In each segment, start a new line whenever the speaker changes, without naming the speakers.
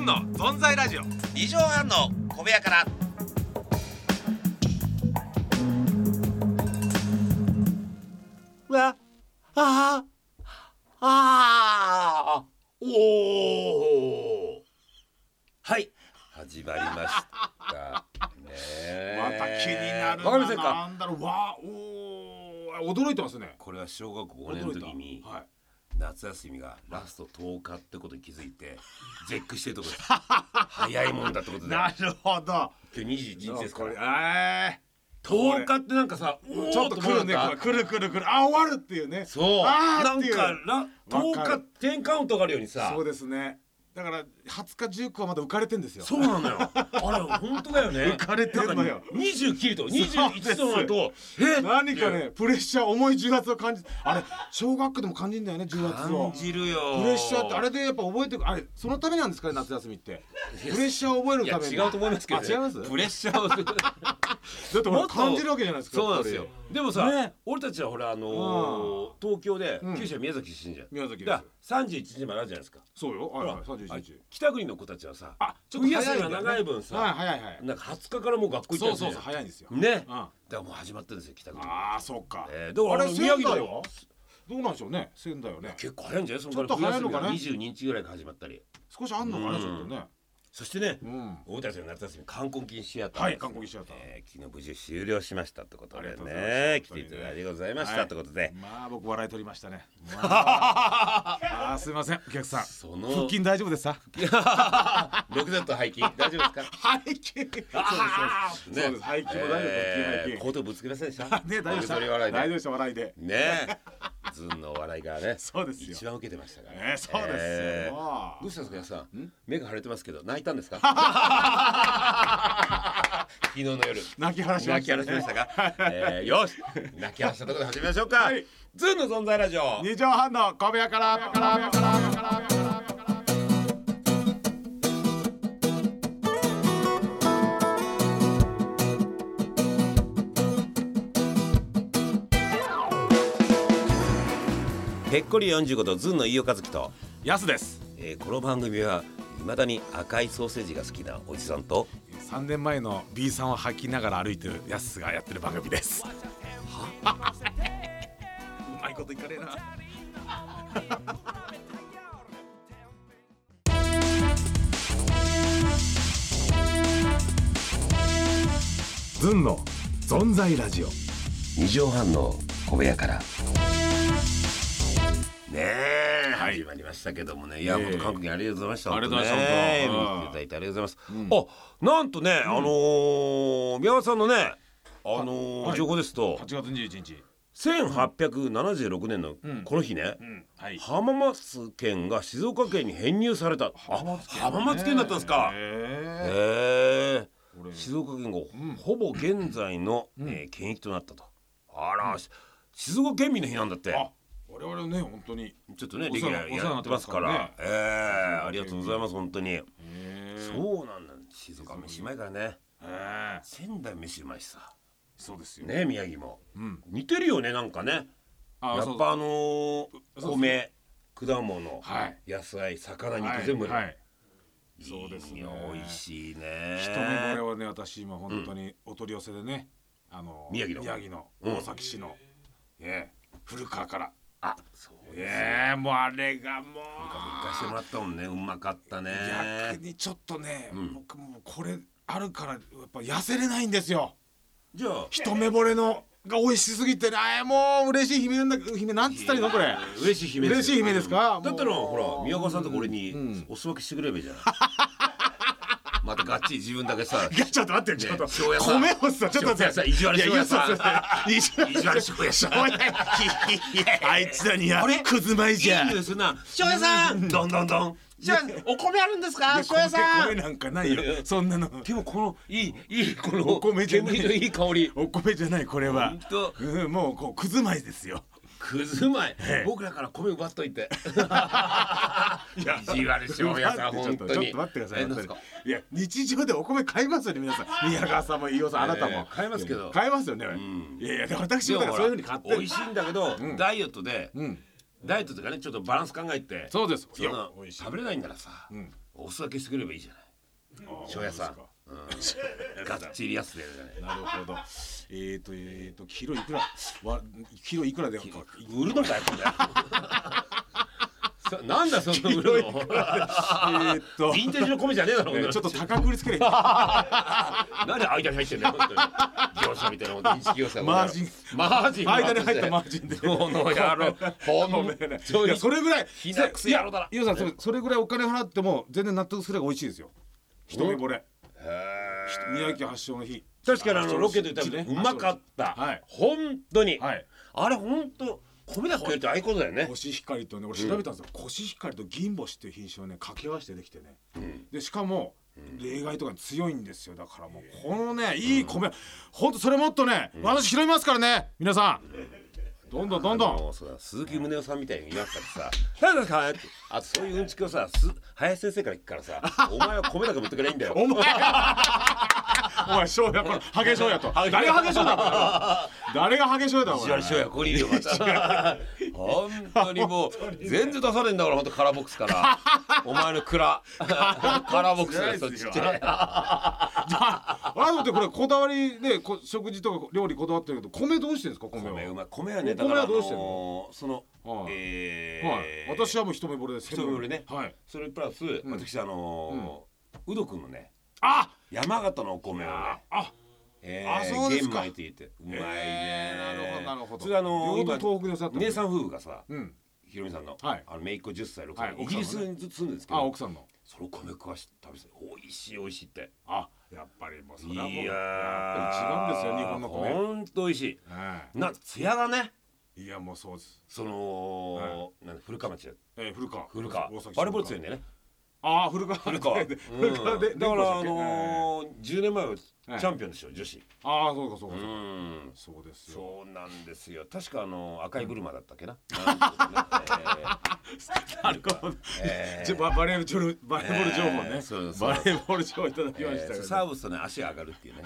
の存在ラジオ
二畳半の小部屋から
わああああおおはい
始まり ました。ねえ
また気になる
わかりませんか
なんだろうわおー驚いてますね
これは小学校5年の
驚いた
時に
はい
夏休みがラスト10日ってことに気づい て絶句してるとこです早いもんだってことで
なるほど
今日21日ですか
これ
ら
え
10日ってなんかさおー
ちょっと来るね
思わなかった
来る来る来るあ終わるっていうね
そう
あ
な
ーっ
ん
ていう
かラ
わ
10
か
日
る
10カウントがあるようにさ
そうですねだから20日19はまだ浮かれてんですよ
そうなの よ。あれ本当だよね。
浮かれてんのよ
二十切ると二十
そうで
一
す
となるとえ
何かねプレッシャー重い重圧を感じあれ小学校でも感じるんだよね重圧を
感じるよ。
プレッシャーってあれでやっぱ覚えてくあれそのためなんですかね夏休みってプレッシャーを覚える
い
た
や
めに
違うと思いますけど、
あ違います
プレッシャー を
だってほ
も
ら
っと
感じるわけじゃないですか
そうなんです
や
よ
っぱり。
でもさ、
ね
俺たちはほらあのー東京で、
うん
九州は宮崎出身じゃん。
宮崎です
だ三十一時まであるじゃないですか。
そうよはいはい31
あ
日
北国の子たちはさ、
あ
ちょっと休みが長い分さ、
はい早い早い
なんか二十日からもう学校行った
そうそう
りする
そう
じ
早いんですよ
ゃん。ね、
うん
だからもう始まってるんですよ北国。
ああそっか
えー、だからあ
あ
の
れ
宮城
仙
で
台
は
はどうなんでしょうね仙台はね
結構早いんじゃない？そん
ちょっと早いのかね
二十二日ぐらいから始まったり。
少しあんのか
うん
なちょっとね
そしてね、
うん
大田さんの夏休み観光禁止やったん
は
です
い韓国シアター
えー昨日無事終了しましたってこと
あ
で
りがとうござい
ね
ます
来ていただいてございました
はい
ってことで、
まあ僕笑い取りましたね。 まああーすいませんお客さん。
その
腹筋大丈夫ですか？
ロクゼット背筋大丈夫ですか
背筋。 そうですそうです。そうです背筋も大丈夫
えー
です。
後頭部ぶつけませんでした
ね大丈夫でした。
大
大丈夫
ね
でした笑いで。
ねずんのお笑いがね
そうですよ
一番受けてましたから
えーそうですよ
えー
もう
どうしたんですか皆さん目が腫れてますけど泣いたん ですか 昨日の夜
泣き話しま
泣
した
き
ね。
話しましたが、 えー、よし泣き話したところで始めましょうか、
はい
ズンの存在ラジオ
二畳半の小部屋から。
ぺっこり45度ズンの飯尾和樹と、
やすです。
えー、この番組は未だに赤いソーセージが好きなおじさんと
三年前の B さんを吐きながら歩いてるやすがやってる番組です。は？うまいこといかねえな。
ずんの存在ラジオ
二畳半の小部屋からねえ、
はい
始まりましたけどもねいや
ええ
本当韓国にありがとうございました
ありがとうございました
本当ね
本当
見ていただいてありがとうございます、あなんとね、あのー、宮川さんのねあのー
はい
情報ですと、
八月二十一日。
1876年の
うん
この日ね、
うんはい。
浜松県が静岡県に編入された浜松,、浜松県だったんですかへ
へえ
え
これ
静岡県がほ
ん
ほぼ現在の、
うん
えー県域となったとあら、し静岡県民の日なんだって
あ、我々ね本当に。
ちょっとね
お
レ
世
ギ
話
ュラーやってますか
お
ら
世話になってます
ええありがとうございます本当に、そうなんだ静岡は飯うまいからね
ええ
仙台飯うまいしさ
そうですよ。
ね宮城も
うん。
似てるよねなんかね
あ
や
そ
っ
う
ぱあのー
そう
米果物、
はい
野菜魚
はい
肉全部ね、
はいい。そうですね
いや美味しいね
一目惚れはね私今本当にお取り寄せでね、あの
宮城のうん
大崎市の、ええ古川から。
あそうですね
ええもうあれがもう。
行かしてもらったもんねうまかったね
逆にちょっとね、
うん
僕もうこれあるからやっぱ痩せれないんですよ。
じゃあ
一目惚れのが美味しすぎてね、ああもう嬉しい悲鳴なんだ悲鳴なんつったらいいのこれ。
嬉しい悲鳴
嬉しい悲鳴ですか
だったら
もう
ほら宮川さんとか俺に
うん
おす分けしてくれればいいじゃないまたガッチリ自分だけさ
いやちょっと待ってちょっと、
ね庄屋さん
米をさちょっと待って
庄屋さん意地悪
いや
庄屋さ
い
ん
やそうそうそう意
意地悪しこやし
庄屋あいつらにや
あれ
くずまいじゃん
いいですな庄屋さんどんどんどんじゃあお米あるんですか
こ
庄屋さ
米
ん
なんかないよ そんなの
でもこのいいいいこの
お米じゃない
煙のいい香り
お米じゃないこれは
ほんと
うんもうこうくずまいですよ
くずまい
ええ
僕らから米奪っといて意
や
地悪しょうやさん
ちょっ
本
と
当
ち
に
ょっと待ってください
えなん
本
です
当
か
にいや日常でお米買いますよね皆 さん宮川さんも飯尾さんあなた
え
も
え買いますけど
買いますよね
ん
いやいやで私もだからそういうふうに買って
美味しいんだけど、
ん
ダイエットで、
うん
ダイエットとかねちょっとバランス考えて
そうです
そんな食べれないんならさ、
うん
お裾分けしてくれればいいじゃない庄屋さん うんがっちりやつでやるじゃない
なるほど。えっ、ー、と、えっ、ー、と、キロいくら、わ、キロいくらで。キロ
売るのかよこ れそなんだその売る
え
の
っと、
ヴィンテージの米じゃねえだろこんな
ね
の
ちょっと高く売りつけれ。マ
なんで間に入ってんだよ本当に業者みたいな本当に一業者
ージン。
マー ジン
間に入ったマージンで。
この野郎このちょ
いや
い
それぐらい
ひなくせ野郎だな
ゆうさんそれそれぐらいお金払っても全然納得すれば美味しいですよ一目惚れ
へー
宮城県発祥の日
確かにあのロケで食べてうまか
っ
った、
はい
本当に、
はい
あれ本当米だけってああいうことだよね
コシヒカリとね俺調べたんですよ、コシヒカリと銀星っていう品種をね掛け合わせてできてね、でしかも例外とかに強いんですよだからもうこのねいい米、ほんとそれもっとね、私拾いますからね皆さんどんどんどんど
あ
ん
のそうだ鈴木宗男さんみたいに言いますからさ「何ですか?」ってあとそういううんちくをさす林先生から聞くからさ「お前は米だけ持ってくれいいんだよ」
お前おい翔也これハゲ翔也と誰がハゲ翔也だこれ誰がハゲ翔也だお
石原
前
翔也ここにいるよまた本当にもう全然出さねえんだから本当カラーボックスからお前の 蔵カラーボックスだよそっちっちゃい
ああのってこれこだわりでこ食事とか料理こだわってるけど米どうしてるんですか米は
米
は
う
い、
まい米はね
お
だから
米はどうしてん
のその
はい
えー
私はもう一目惚れです
一目惚れね
はい
それプラス、
ん
私あのーうどくんのね
あ
山形のお米をね
あ
え
あそうですか
玄米って言ってうまいね、
えーなるほどなるほど
それあのー、
両方東北でさったの
姉さん夫婦がさ、
うん
ひろみさんの、
はい
あの姪っ子10歳6
は
歳、
い
イギリスにずっと住んでるんですけど、
あ奥さんの
その米食わして食べて美味しい美味しいって
あやっぱりもうそ
い
れ
や
はもう
ー
やっぱり違うんですよ日本の米
ほんと美味しい
は
な艶がね
いいやもうそうです
その、なんだ古川町だ
えー、古川
古川
大崎
バレーボール強いんだよね
ああ古川
古 川、うん、だ
で
か
古川で
らあ
ー、
のー、10年前はチ
はい
ャンピオンでしょ女子、
ああそうかそうか、
うん
そうですよ
そうなんですよ。確かあの赤いブルマだったっ けな。なんてことね
なるほど、
えー
じゃババレーボールバレーボール情報ね、
えーそうそう
バレーボール情報いただきましたけど、
えーサーブするとね足が上がるっていうね。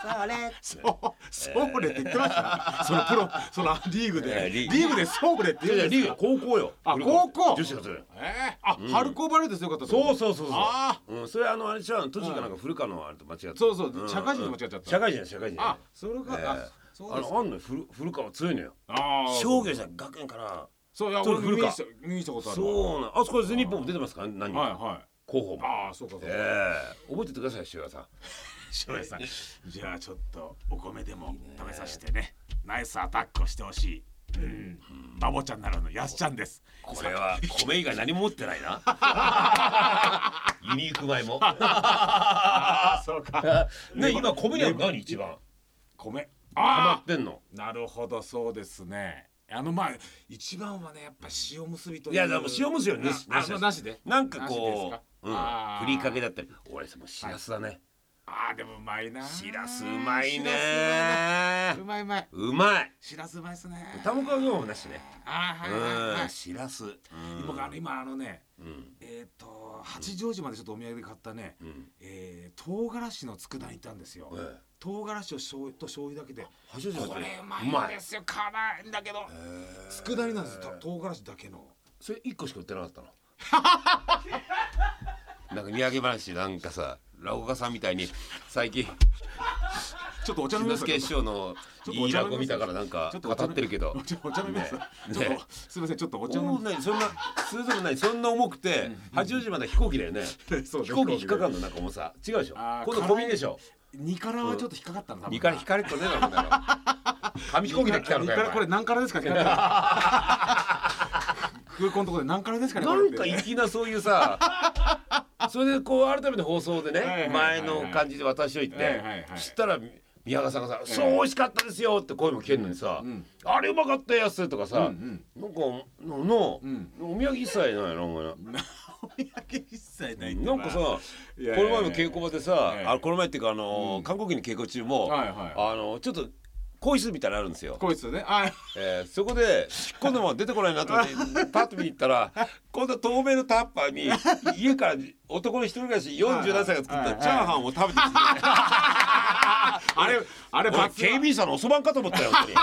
それ。
そうソーレって言ってました。そのプロ、そのリーグ
え
で、
えリ
リ
ー
ーグでソーレって
いや
言う
いや
んで
リー
すか。
グ高校よ。
あ高校
女子が強い。
ええあ、春高バレーですよかったとこ。
そうそうそうそう。
あ
うんそれあのあれじゃん栃木かなんか古川のあれと間違って。
そうそうん社会人と間違っちゃった
社会人だ社会人。
あ、それ
え
か。
ー
あ、そう
あ
ですか。
のあんのよ古古川強いのよ。
ああ、
商業じゃ学園から。
そういや
それ
俺
古
見
川
にした見にしたことあるわ。
そうなん。あそこで日本も出てますから何人
はい
か。
は
広報
い。
も。
ああ、そうかそうか。
ええ覚えててください塩 谷さん。
翔平さんじゃあちょっとお米でも食べさせてねナイスアタックをしてほしいうんバボちゃんならぬやすちゃんです
これは米以外何も持ってな いな。ユニーク米も。
あ、そうか。
ね今米には何一番
米。
ハマ
あ
ってんの。
あ、なるほどそうですね。あのまあ一番はねやっぱ塩結びとう
いやでも塩むすよなし
あ
なし
あなしで。
なんか
なしです
こ
か
う、うん、
あー
ふりかけだったり、俺さもうしらすだね。
あーでもうまいな
しらすうまい
しら
ね
すう。まいうまいう
まい。
しらすうまいっすね
卵かけもなしね。
あーはいはいは
う
い
ん、しらす。うん
僕あの今あのね
うん、
えっ、と八丈島でちょっとお土産で買ったね、
うん。
えー、唐辛子の佃煮いたんですよ、
ええ
唐辛子を醤油と醤油だけで
はしょじゃ
これうまいんですよ辛いんだけど佃煮なんですよと唐辛子だけの
それ一個しか売ってなか ったの。なんか土産話なんかさ、ラオカさんみたいに最 近。
ちょっとお茶
し
飲
ん
み
の
ます
すけ師匠のいい落語見たからなんか
ちょっと
語
お茶
ってるけど
お。茶お茶飲みます、
ね
ちょっと、
ね
すみませんちょっとお
お
茶飲みます
何そんな通常ないそんな重くて八王子まで飛行機だよね。
そう
飛行機引っかかるのなんか重さ違うでしょ。
あ
今
ー
度小瓶でしょ。
二辛はちょっと引っかかったの多分
二から引かれっこねえだろこんなの。紙飛行機で来たのか
二からこれ
よ。
何からですか ね。空港のところで何からですか
お
ね。
前
こ
な
れって
んか粋なそういうさ。 それでこう改めて放送で
はいはい
ね
はい
前
はい
の感じで渡しといて
はいはいはい
そしたら宮川さんがさ「そう美味しかったですよ」って声も聞けるのにさ「あれうまかったやつ」とかさ
うん
なんかのの、
ん
お土産一切ないなお前な
一切ない
なんかさこ
いや
の前の稽古場でさ
ええ
あこの前っていうかあのー韓国に稽古中も、
はいはい
あのーちょっと更衣室みたいなのあるんですよ、
こいつね。あ、
えーそこで今度も出てこないなと思ってパッと見に行っ たら今度透明のタッパーに家から男の一人暮らし47歳が作っ
はいは
た
い
チャーハンを食べてきて
あれあれ
俺
罰
警備員さんのおそばんかと思ったよ本当に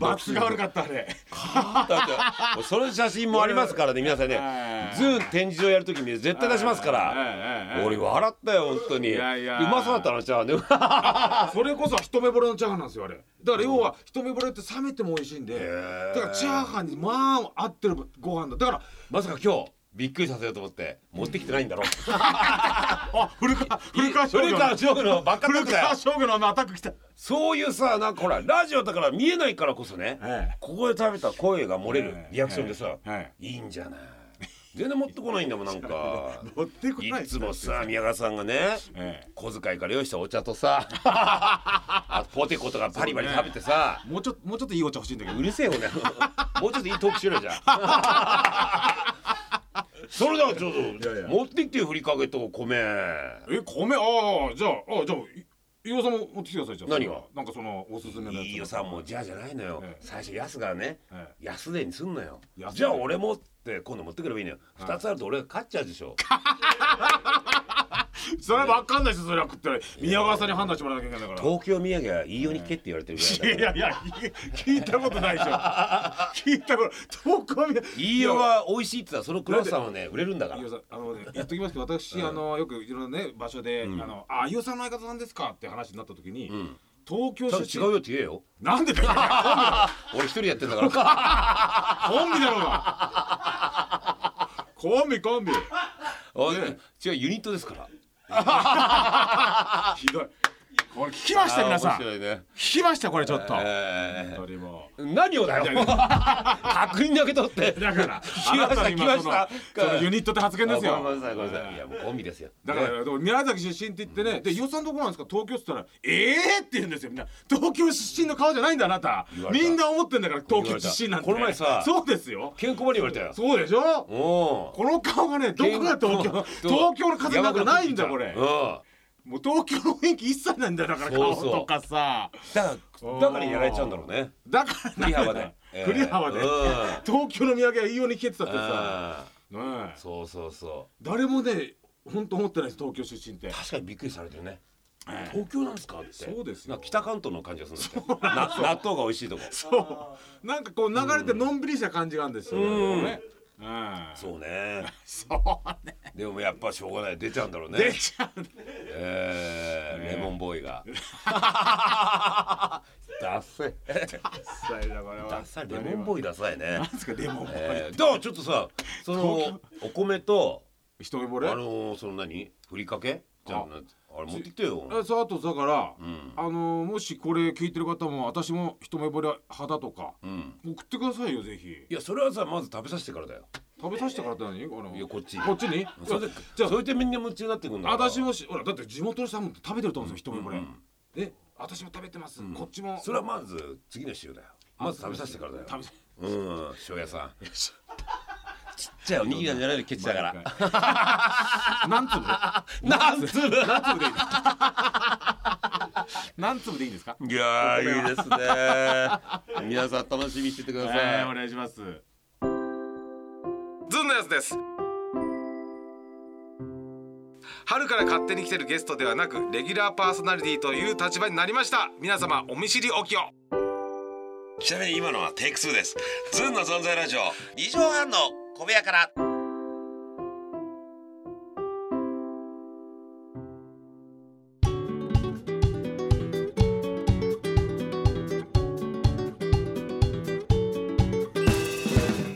罰が悪かったあれ
だってその写真もありますからね皆さんね
はい
ズーン展示場やるときに絶対出しますから
ええええ
俺笑ったよ本当にう
やいや
まそうだったなじゃあね
それこそ一目惚れのチャーハンなんですよあれだから要は一目惚れって冷めても美味しいんでだからチャーハンにまあ合ってるご飯だだから
まさか今日びっくりさせようと思って持ってきてないん だろ
あ古川古川商
それ
業
か
の
ら勝負のばっかだっ
古
たよ
川商業のアタック来た
そういうさなんかほらラジオだから見えないからこそね、
ええ
ここで食べた声が漏れる
ええ
リアクションでさ、
え
い、いんじゃない全然持ってこないんだもんなんか
持ってこない
いつ もさ宮川さんがね
ええ
小遣いから用意したお茶 とさあとポテコとかバリバリ食べてさ
もうちょっともうちょっといいお茶欲しいんだけ
う,、
ど
る せえよねもうちょっといいトークしろよじゃあ それではちょっと
いやいや
持ってきてよふりかけと米
え米ああじゃああじゃあい飯尾さんも持ってきてくださいじゃあ
何が
なんかそのおすすめのやつ
いいよさもうじゃあじゃないのよ、
ええ
最初安がね、
え
安値にすんなよ
安値
じゃあ俺もって今度持ってくればいいのよ、二2つあると俺が勝っちゃうでし
え
ょ
それは分かんないですよそれは食ってない宮川さんに判断してもらわなきゃいけないから
東京土産はいいように聞けって言われてるぐらいだから
いやいやいや聞いたことないでしょ聞いたこと東京宮
飯尾は美味しいって言ったらそのクロワッサンはね売れるんだから
飯尾さんあのね言っときますけど私、あのよくいろんなね場所で「あのあ飯尾さんの相方さんですか?」って話になった時に、東京
ちょっ
出
と違
身
うよって言えよ
なんでだよ
俺一人でやってんだから
コンビだろうがコンビコンビ
おい
ね
違うユニットですから
ひどいこれ聞きました皆さん
あー面
聞
白いね
きましたこれちょっと、
え
本当にもう
ー何をだよ確認だけ取って
だから
きました
あなた今
来ま
そ
し
の
た
そのユニットって発言ですよ
あごめんなさいごめんなさいいやもうコンビですよ
だから、
ね
でも宮崎出身って言ってね、で飯尾さんどこなんですか東京って言ったら「ええー!」って言うんですよみんな東京出身の顔じゃないんだあなた
言われた
みんな思ってんだから東京出身なんて
言われたこの前さ
そうですよ
健康場に言われたよ
そうでしょ
おー
この顔がねどこが東京東京の風なんかないんだこれ
うん
もう東京の雰囲気一切ないんだよだから
そう
顔
そう
とかさ
だからだからやられちゃうんだろうね
だから
振り
なん
幅
だよ
でえー
振り幅で
うん
東京の土産は飯尾に聞けてたってさ、
あ
ね
ー
え、
そうそうそ
誰もね本当思ってないです東京出身って
う確かにびっくりされてるね東京なんですかって
そうですよ
なんか北関東の感じがするんだって な納豆が美味しいとこ
そうなんかこう流れてのんびりした感じがあるんですよね。うん
そうね
そうね。
でもやっぱしょうがない出ちゃうんだろうね
出ちゃうね。
えーレモンボーイが ダッサい
ダサいなこれは。
ダッサいレモンボーイダサい ね
なんですかレモンボーイ。
えーだからちょっとさそのお米と
一目
あ
惚れ。
のーその何ふりかけじゃああれ持ってきてよ
えそうあとだから、
ん
あのーもしこれ聞いてる方も私も一目惚れ肌とか
うん
送ってくださいよぜひ
いやそれはさまず食べさせてからだよ
食べさせてからって何この
いやこっち
こっちに
それで
じゃあ
そうやってみんな夢中になってくんだから
私もしほらだって地元の人も食べてると思うんですよ、一目惚れ、
うん
え私も食べてます、こっちも
それはまず次の週だよまず食べさせてからだよ
食べさ
うん塩屋さんちっちゃいおにぎりなんじゃないのケチだから
何粒
なんつうの
何粒でいいんですか
いやーいいですね皆さん楽しみにしててください、
えーお願いします
ズンのやつです春から勝手に来てるゲストではなくレギュラーパーソナリティという立場になりました皆様お見知りおきを
ちなみに今のはテイク2ですズンの存在ラジオ2畳半の小部屋から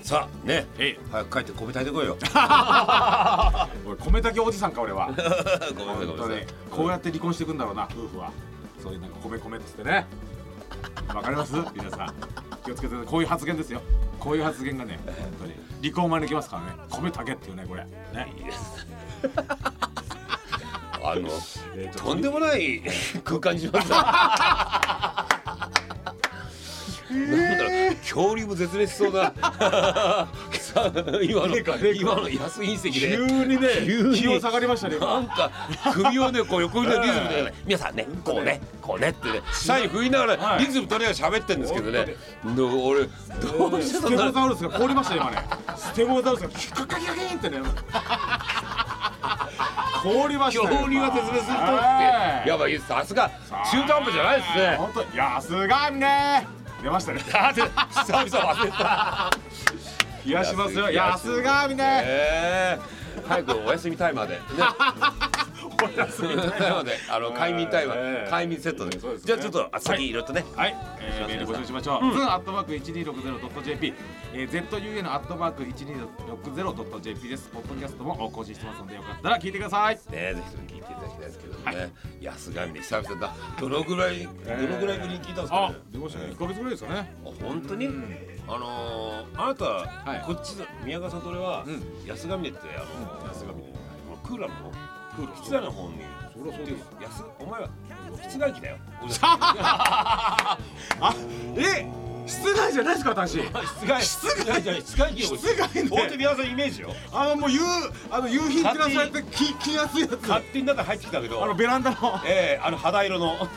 さあね
えい
早く帰って米炊いてこいよ
俺米炊きおじさんか俺は
ごめんなさい
本
ご
当
めん
に
なさい
こうやって離婚していくんだろうな夫婦はそういうなんか米米っつってねわかります皆さん気をつけてこういう発言ですよこういう発言がね本当に離婚を招きますからね米炊けっていうねこれね
いいですあの、 とんでもない 空間にしました。なんだろう恐竜も絶滅しそうだ。さ 今の今の安い隕石で。
急にね
急に
気を下がりましたね
な
今
んか首をねこう横にねリズムで皆さんねこうねこうねってねサイン振りながら
はい
リズム取りながら喋ってるんですけどね。で俺どうして
ス
そ
テ
ん
ゴ
な
ザウルスが凍りましたね今ねステゴザウルスがキカキカキーンってね凍りましたよ
恐竜は絶滅するとっ
は
て。やばいさすが中途半端じゃないですね。
本当いやすがね出ましたね
あで久々忘れた
冷やしますよ安がみ たいな
ええ早くお休みタイマーでねお休みタイマーであの快眠タイマ
え
ー
え
快眠セットで
そうですね
じゃあちょっとあ先いろいろとね
はい、えー、メール募集しましょう。ズンアットマーク一二六ゼロドット JP、えー、ZUN アットマーク一二六ゼロドット JP です。ポッドキャストも更新してますのでよかったら聞いてください。
ねぜひとも聞いていただきたいですけどもね安神で久々だどのぐらいどのぐらいぶりに聞いたんですかね
出ましたね。一ヶ月ぐらいですかね。
あ本当に、あのー、あなた、
い
こっちの宮川さんと俺は、
うん
安神でってあのー安神でクーラーの方クーラー室内の方に
そりゃそうです
って安お前は室外機だよ俺室
あ、え、室外じゃないですか私。
外室外じゃない室外機を
室外 ね
本当に宮川さんのイメージよ
あのもう夕あの夕日照らされて
勝
き気やすいやつ。
勝手に中入ってきたけど
あのベランダの
ええあの肌色の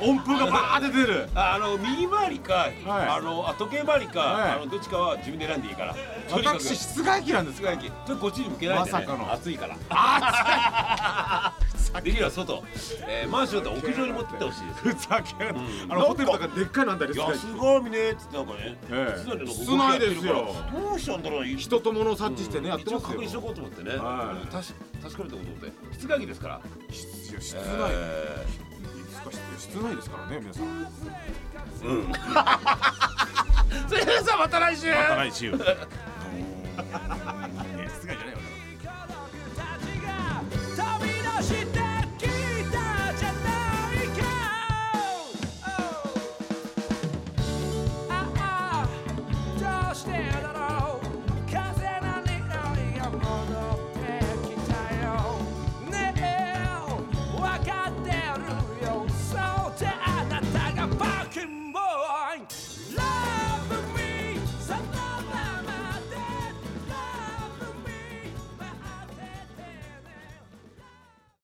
温風がバーって出る。
あの右回りか、あのあ時計回りか、
はい
あのどっちかは自分で選んでいいからとにかく
私室外機なんです
室
か
外。機ちょっとこっちに向けないで、ね、
まさかの
暑いからできれば外、えー、マンションだったら屋上に持ってってほしいです
ふざけんな。あのホテルとかでっかいなんだり
い
室
や
外
す
機。
ごいねっつってなんかね、
ええ
室内で
室内ですよ
どうしたんだろう人
人と物を察知してねやってますよ
確認し。とこうと思ってね、
はい
確確かめたこと思って室外機ですから
室内。室
え
室内ですからね皆さ ん。
ー、うん それではさまた来週
また来週。